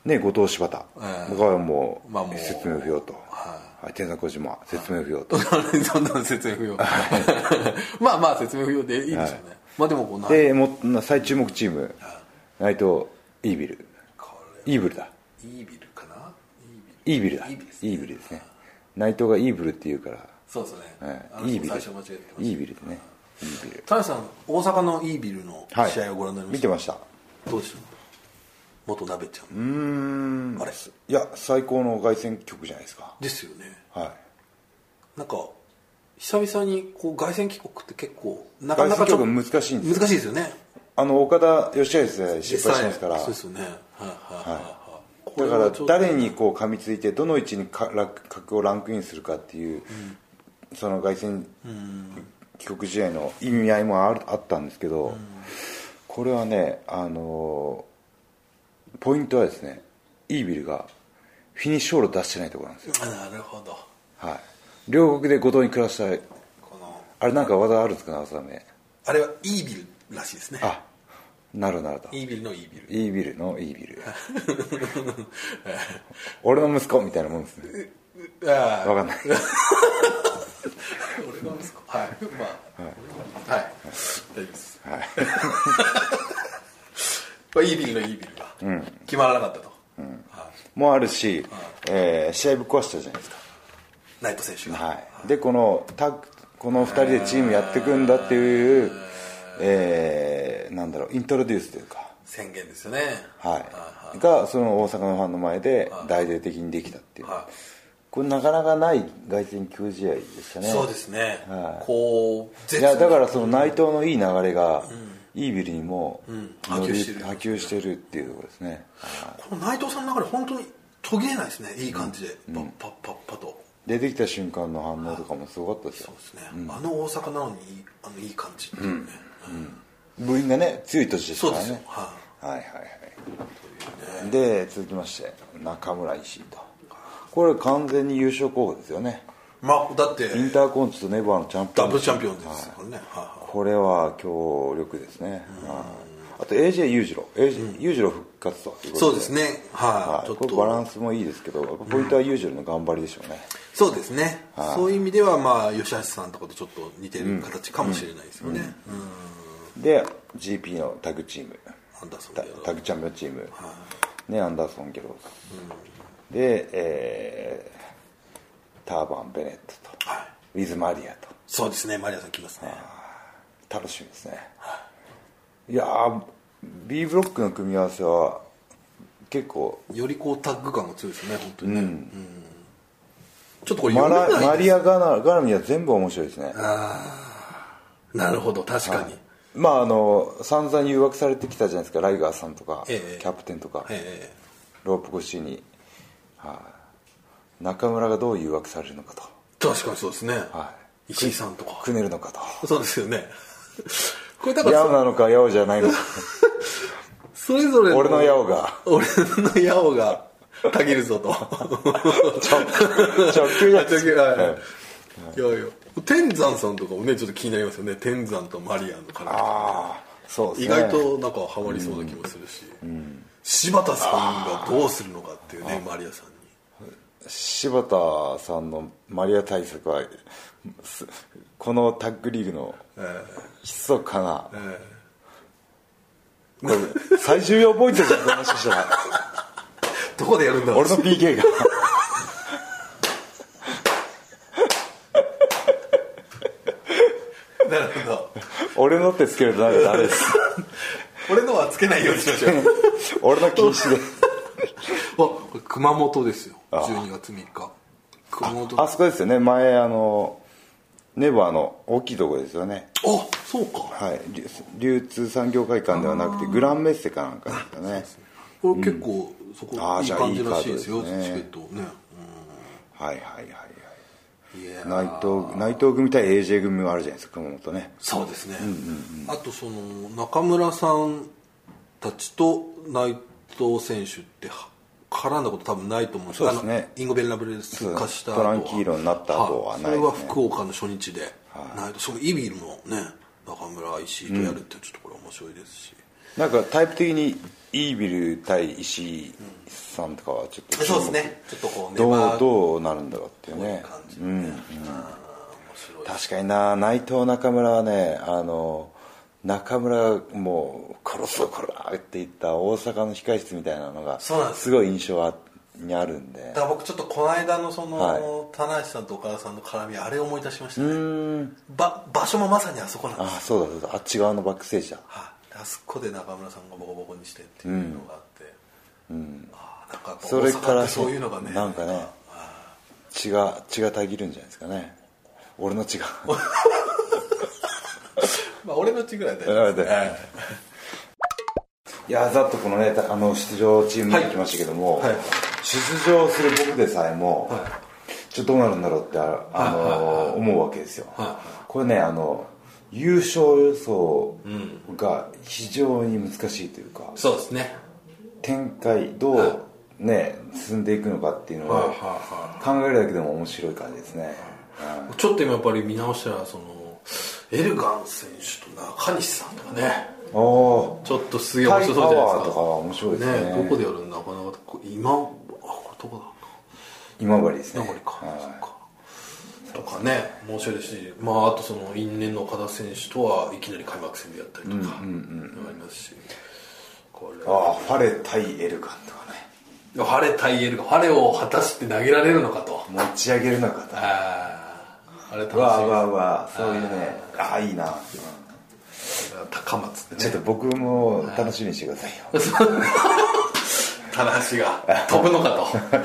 ね、後藤柴田、
はい
僕はもう,、
まあもう
説明不要と、はい、天山小島説明不要と、
そんなの説明不要 まあまあ説明不要でいいでしょうね、まあでもこうな
でもう最注目チーム、内藤イービル
こ
イーブルだ
れイービルかなイービル
イービルだ
イ
イ
ー
ー
ビルで
ビル
すね
ですね内藤がイーブルって言うから、
そうですね、あ
は
の
い、イ
人
ービル
最初間違えてま
イ
し
ービルでねイービル
た田辺さん大阪のイービルの
はい
試合をご覧になりま
見
し
て
た、
ました
どうでした元鍋ちゃんあれ
いや最高の凱旋曲じゃないですか
ですよね
は
なんか久々にこう凱旋帰国って結構ないか
凱
なか
旋
ちょっ
曲
と難
難しいんですよ
しいですよね
あの岡田義明で失敗してますから
実際そうですよねはいはいはい
だ
はい
か
これは
ら
ちょっと
誰にこう噛みついてどの位置にかラ格をランクインするかっていう、その凱旋帰国試合の意味合いもあるあったんですけど、これはねあのーポイントはですねイービルがフィニッシュオール出してないところなんですよ、
あなるほど
はい、両国で後藤に暮らした
この
あれなんか技あるんですかね技名
あれはイービルらしいですね
あなるほどなるほど
イービルのイ ービル
イービルのイービル俺の息子みたいなもんですね
ああ
わかんない
俺が息子はいまあはい、はい、大丈夫です、はいまあ、イービルのイービルが決まらなかったと、はい、
もあるし、えー試合ぶっ壊したじゃないです
ナイト選手が、
か、はい、でこのタッグこの2人でチームやっていくんだっていう、えーなんだろうイントロデュースというか、
宣言ですよね
はい、がその大阪のファンの前で大々的にできたっていう、
は
これなかなかない凱旋球試合でした
い、
ね
そうですね、
はい
こう
い
絶
やだからその内藤のいい流れが、イービルにも
波及してる
波及してるっていうところですね、はい
この内藤さんの中で本当に途切れないですねいい感じで、パッパッパッパと
出てきた瞬間の反応とかもすごかったですよ
そうですね、あの大阪なのにあのいい感じっていうね、
部員がね強い年です
そう
か
で
ら
すよ、
ね
は
はいはいはいで続きまして中村石井とこれ完全に優勝候補ですよね
いまあだって
インターコンチとネバーのチャンピオ
ダ
ン
ブルチャンピオンですからね、はい
これは強力ですね、はいあと AJ 裕次郎 AJ 裕次郎復活ということで
そうですねはい、
はい、
ちょっ
これ
と
バランスもいいですけどポイントは裕次郎の頑張りでしょうね、
そうですね、そういう意味ではまあ吉橋さんとかとちょっと似てる形かもしれないですよね、うん
で GP のタッグチーム
アンダーソン
タ
ギャロー
タッグチャンピオンチーム、ね、アンダーソン・ゲローズ、で、えーターバン・ベネットと、
はい
ウィズ・マリアと
そうですねマリアさん来ますね
楽しみですね、い、やー B ブロックの組み合わせは結構
よりこうタッグ感が強いですね本当にね、うんちょっとこれ
マ
読め
ラ
ないです
マリアガナ・ガラミは全部面白いですね
なるほど確かに、
まああの散々誘惑されてきたじゃないですかライガーさんとか、
ええ
キャプテンとか、
ええ
ロープ越しに、はい中村がどう誘惑されるのかと、
確かにそうですね、
は
石井さんとか
くねるのかと
そうですよねこ れだか
ヤ
ら
オなのかヤオじゃないのか
それぞれ
俺のヤオが
俺の矢をがたぎるぞと
直球じゃないですか
はいいやいや天山さんとかもねちょっと気になりますよね天山とマリアの絡
ああそう
み
で
意
すね
外となんかハマりそうな気もするし、柴田さんがどうするのかっていうねマリアさんに
柴田さんのマリア対策はすこのタッグリーグの密かな、これ最重要ポイントじゃんもしかしたら
どこでやるんだろ う
俺の PK が
なるほど
俺のってつけるとなんかダメ です
俺のはつけないようにしましょう
俺の禁止で
あこれ熊本ですよ12月3日熊本あ
あそこですよね前あのネバーの大きいとこですよね
そうか
はい流流通産業会館ではなくてグランメッセかなんかですかね
これ結構そこ
あー
いい
じゃあ
感じらしいです
い
よ
い
チ
カー
ケ
ドですね
ットね
はいはいはいはい
うんいや
内
ー
藤内藤組対 AJ 組もあるじゃないですか熊本ね
そうですね、あとその中村さんたちと内藤選手っては絡んだこと多分ないと思うんです
そうですね
あのインゴベルラブレス化した後は
トランキーロになった後はないですね
それは福岡の初日で、内藤そのイビルもね中村石井とやるってちょっとこれ面白いですし、
なんかタイプ的にイービル対石井さんとかはちょっと
そうですねちょっとこう
ど
粘
う
る
どうなるんだろうっていうね
感じでね、あー面白い
確かにな内藤中村はねあの中村もう殺すぞこらって言った大阪の控室みたいなのが
そうなんです
すごい印象はにあるんで
だから僕ちょっとこの間のその、
はい
棚橋さんと岡田さんの絡みあれを思い出しましたねば場所もまさにあそこなんですよ
あそうだそうだあっち側のバックステージだ
はいあそこで中村さんがボコボコにしてっていうのがあって、ああなんかやっぱ
それか
大阪っ
ら
てそういうのがね
なんかね血が血がたぎるんじゃないですかね俺の 血が
まあ俺の血ぐらいだ
な
よ
のでいやざっとこのねたあの出場チーム見てきましたけども、
はいはい
出場する僕でさえも、ちょっとどうなるんだろうってああの、思うわけですよ、これねあの優勝予想が非常に難しいというか、
そうですね
展開どうね進んでいくのかっていうのを考えるだけでも面白い感じですね、
ちょっと今やっぱり見直したらそのエルガン選手と中西さんとかね
おお
ちょっとすげえ面白そうじゃない
タイパ
です
ワー
か
とかは面白いですね
どこでやるんだなかなかこ今あこれどこ
今治です
だ
ね
名残か、
はい
そっかとかね面白いですし、まあ、あとその因縁の岡田選手とはいきなり開幕戦でやったりとかありますし、こ
あ
れ
あファレ対エルカンとかね
晴れ対エルが晴れを果たして投げられるのかと
持ち上げるのかと
あーあれ楽し
わあ
み
わあわあそういうねああいいな、
高松って
ちょっ
ね
と僕も楽しみにしてくださいよ
棚橋が飛ぶの かと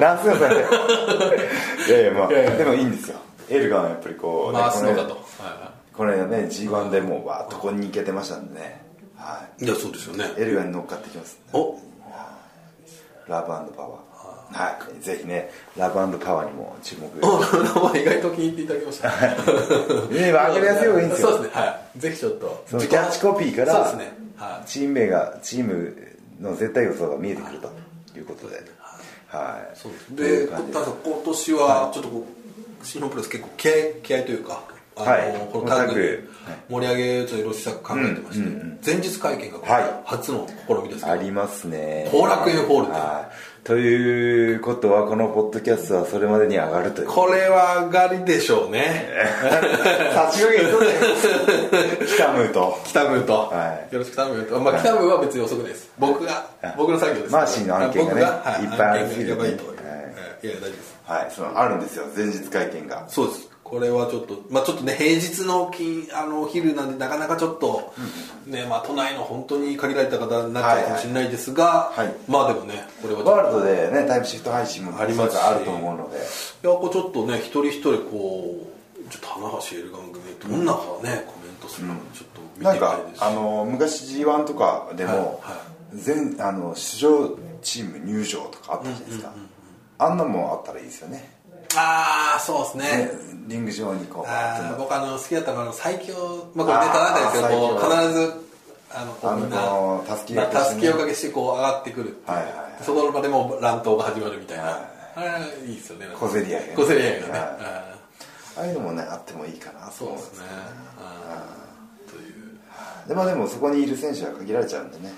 なん すかそれいやいやまあ
いやいや
でもいいんですよエルガンはやっぱりこう、
回すの
こ
か
とのこれね G1 でもうわーっとこに行けてましたんでね、はい
やそうですよね
い、エルガンに乗っかってきます、
お
ラブパワーはいぜひねラブパワーにも注目
お名前意外と気に入っていただきま した
ね分かりやすい方がいいんですよ
そうですねはいぜひちょっと
そのキャッチコピーから
そうですねはい
チーム名がチームの絶対予想が見えてくるということで、はい、
そうです
とい
で
う感じ
ただ今年はちょっとこう新日本プロレス結構気合気合というかあの、
はい
このタッ
このタッ
グ盛り上げようといろ施策考えてまして、前日会見がこれ
はい
初の試みですけど、
ありますね
後楽園ホールで
はいということはこのポッドキャストはそれまでに上がるという
これは上がりでしょうね
差し上げとね来たむと
北ムと、
はい
よろしく北ムと、まあ、北ムは別に遅くないです僕が僕の作業です
マーシーの案件がね
僕はい
っぱいあり
案
す
件
ぎ
がや
るね
ばいと、はい
はい
いや大丈夫です
はいそのあるんですよ前日会見が
そうですこれはちょっとまあちょっとね平日の金あのお昼なんでなかなかちょっと、ねまあ都内の本当に限られた方になっちゃうかもしれないですが、
はいはい
まあでもねこれはちょっと
ワールドでねタイムシフト配信も
ありますし
あると思うので
いやこうちょっとね一人一人こうちょっと棚橋エルガン組どんなかねコメントするのかちょっと見て
な
み
ん
た
か
いですし
あの昔 G1 とかでも、
はいは
全あの出場チーム入場とかあったじゃないですか、あんなもんあったらいいですよね
ああそうですね
ねリング上にこう
あー僕あの好きだったのはあの最強まあこ
あ
れ
ー
ネタなんですけどこ
最強
う必ずあのこう
あの
みん
こ
な
う助け
ま
よう
あ
としてね
助けをかけしてこう上がってくるっていう
はいはいはい
そこの場でもう乱闘が始まるみたいな、
はい
あれいいですよね
小競り合いがね
小競り合いがね、
はい
あ
ああいうのもねあってもいいかな
ー
と
そう
思
で
うんですす
ね
けど
あーという
でまあでもそこにいる選手は限られちゃうんでね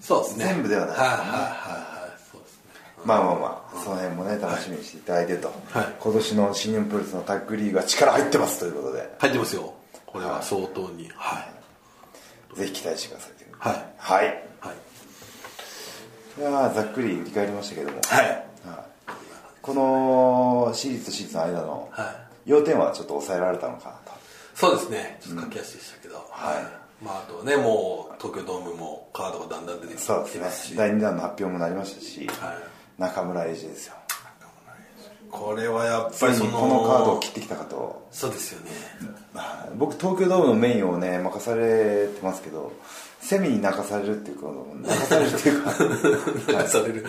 そうですね
全部ではない
はいはいはいはいそうですね
まあまあまあその辺もね楽しみにしていただいてと、
はい
今年の新日本プロレスのタッグリーグは力入ってますということで
入ってますよこれは相当にはい
ぜひ期待してください
はい
はい、
はい
いやーざっくり振り返りましたけども、
はい
はいこのシリーズとシリーズの間の
はい
要点はちょっと抑えられたのかなと
そうですねちょっと駆け足でしたけど、はいまああとはねもう東京ドームもカードがだんだん出てき
そう
て
で
ますす
ね
し
第2弾の発表もなりましたし、
はい
中村英二ですよ
これはやっ
つ
ぱ
い
り
に
そ
こ
の
のカードを切ってきたかと
そうですよね
はい僕東京ドームのメインをね任されてますけどセミに泣かされるっていうことも泣かされるっていう か
泣かされる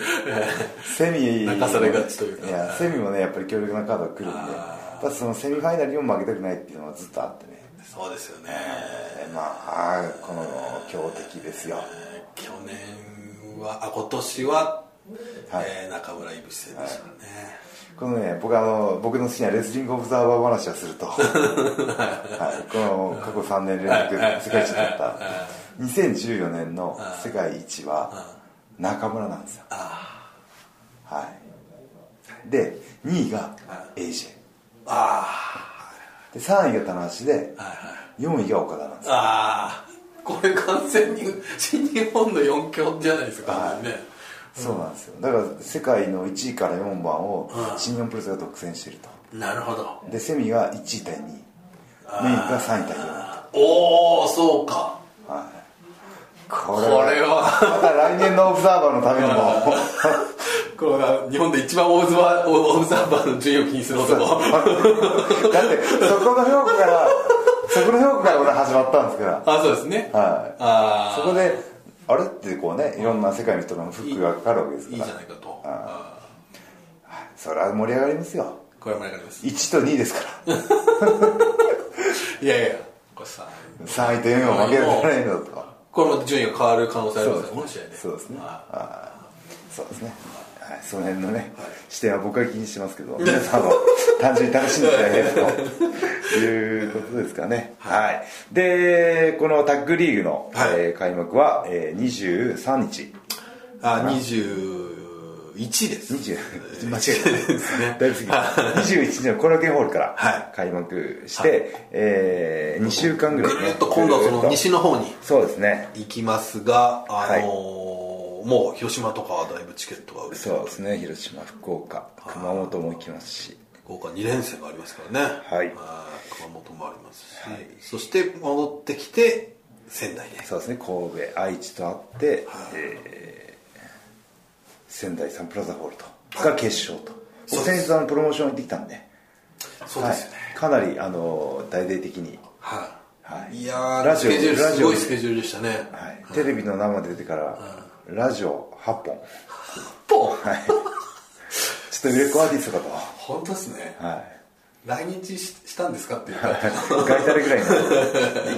セミ
泣かされがちというか
やセミもねやっぱり強力なカードが来るんで
あ
ただそのセミファイナルにも負けたくないっていうのはずっとあってね
そうですよね
えーまあこの強敵ですよ
去年はあ今年は、
はい
えー中村いぶし戦でしたからね、
このね僕あの僕の好きなレスリングオブザーバー話をする と、はい、この過去3年連続世界一だった2014年の世界一は中村なんですよはいで2位が AJ で3位が棚橋で4位が岡田なんですよ
ああこれ完全に新日本の4強じゃないですか完全にね
そうなんですよだから世界の1位から4番を新日本プロレスが独占していると
なるほど
でセミが1位対2位メインが3位対4位
おおそうか
こ
こ
れ
れ
は
は
また来年のオブザーバーのためにも
これは日本で一番オブザーオブザーバーの順位を気にする男
だってそこの評価からそこの評価から俺始まったんですから
あそうですね
はい
あ
そ
あ
こであれってこうねいろんな世界の人のフックがかかるわけです
いい
か
じ
ら
ゃないかとあ
それは盛り上がりますよ
ーこれも上がります
1と2ですから
いやいやこれさ
3位と4位を負けられないのと
これも順位が変わる可能性あり
そ
ま
う
す
ですね
よこの試合で
そうですね
あ
はいそうですねはいその辺のね視点は僕は気にしてますけ ど皆さんも単純に楽しんでいただければということですかねはいでこのタッグリーグの
はい
えー開幕はえー23日
あ21です
20
間違えたですね
だいぶ過ぎた21日のコロケホールから
はい
開幕してえ2週間ぐらいね
ぐるっと今度はそ
ぐるっ
の
と
西の方に
そうですね
行きますが、あのー
はい
もう広島とかはだいぶチケットが売れて
そうですね広島福岡熊本も行きますし
豪華2連戦がありますからね、
はい
あー熊本もありますし、そして戻ってきて仙台で
そうですね神戸愛知とあって、えー仙台サンプラザホールとが決勝と
そうで
先
す
日あのプロモーション行ってきたんで
そうですよね、
はい、かなりあの大々的に、
はい
はい
い、やー
ラジオ
スケジュール
ラジオ
すごいスケジュールでしたね、
はいテレビの生出てから、ラジオ8本
ポン
ちょっと売れっ子アーティストかと
本当ですね、
は
来日ししたんですかっていうか、
いガイタレぐらいの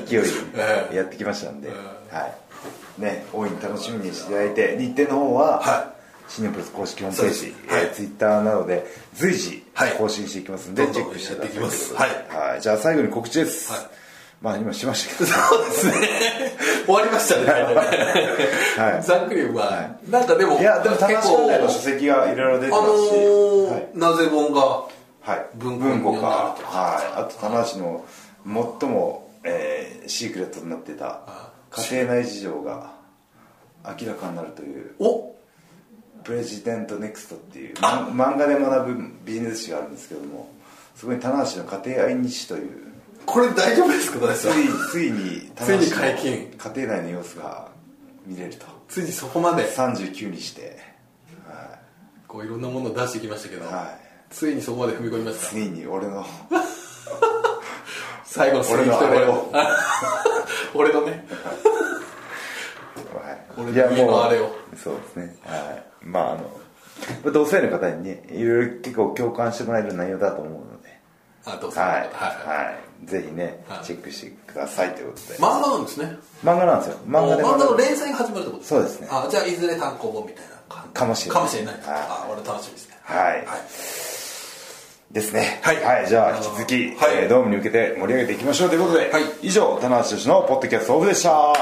勢い
え
でやってきましたんで、はいね大いに楽しみにしていただいて日程の方は、
は
新日本プロレス公式ホームページ、
そうですはい
ツイッターなどで随時、
はい
更新していきますんで、
どん
チ
どん
ェックしていただきます
やっていきます
はい、じゃあ最後に告知です、
はい
まあ今しましたけど
そうですね 終わりましたね、
はい
ざっくりは、なんかでも
いやでも高橋兄
結構
弟の書籍がいろいろ出て
あ
ます
の
し、
ー
はい
なぜ本が
はい、
文
文
庫
庫
に
か、
なると
はい、あと棚橋の最も、えーシークレットになっていた家庭内事情が明らかになるという
お
「プレジデントネクストっていうま漫画で学ぶビジネス誌があるんですけどもそこに棚橋の家庭愛日誌という
これ大丈夫ですか大
つい
さん
ついに
ついに
棚
解
橋
禁
の家庭内の様子が見れると
ついにそこまで
39にして
こういろんなものを出してきましたけど、
はい
ついにそこまで踏み込みました
ついに俺 の
最後の
俺の
スリー
あれ
一目
を
俺のね
はい、
俺の家のあれを
そうですねはいまああの同性の方にねいろいろ結構共感してもらえる内容だと思うので
あどうぞ
はい
はい、
はいぜひね、
はい
チェックしてくださいということで、
漫画なんですね
漫画なんですよ漫画で
漫画の
学ぶ
連載が始まるってこと
そうですね
あじゃあいずれ単行本みたいな感じ
かもしれない
かもしれない、
はい
あ俺楽しみですね
はい
はい
ですね
はい
じゃ
あ
あ
の
引
ー
き続き、
はい
えードームに向けて盛り上げていきましょうということで、
はい
以上棚橋由伸のポッドキャストオフでした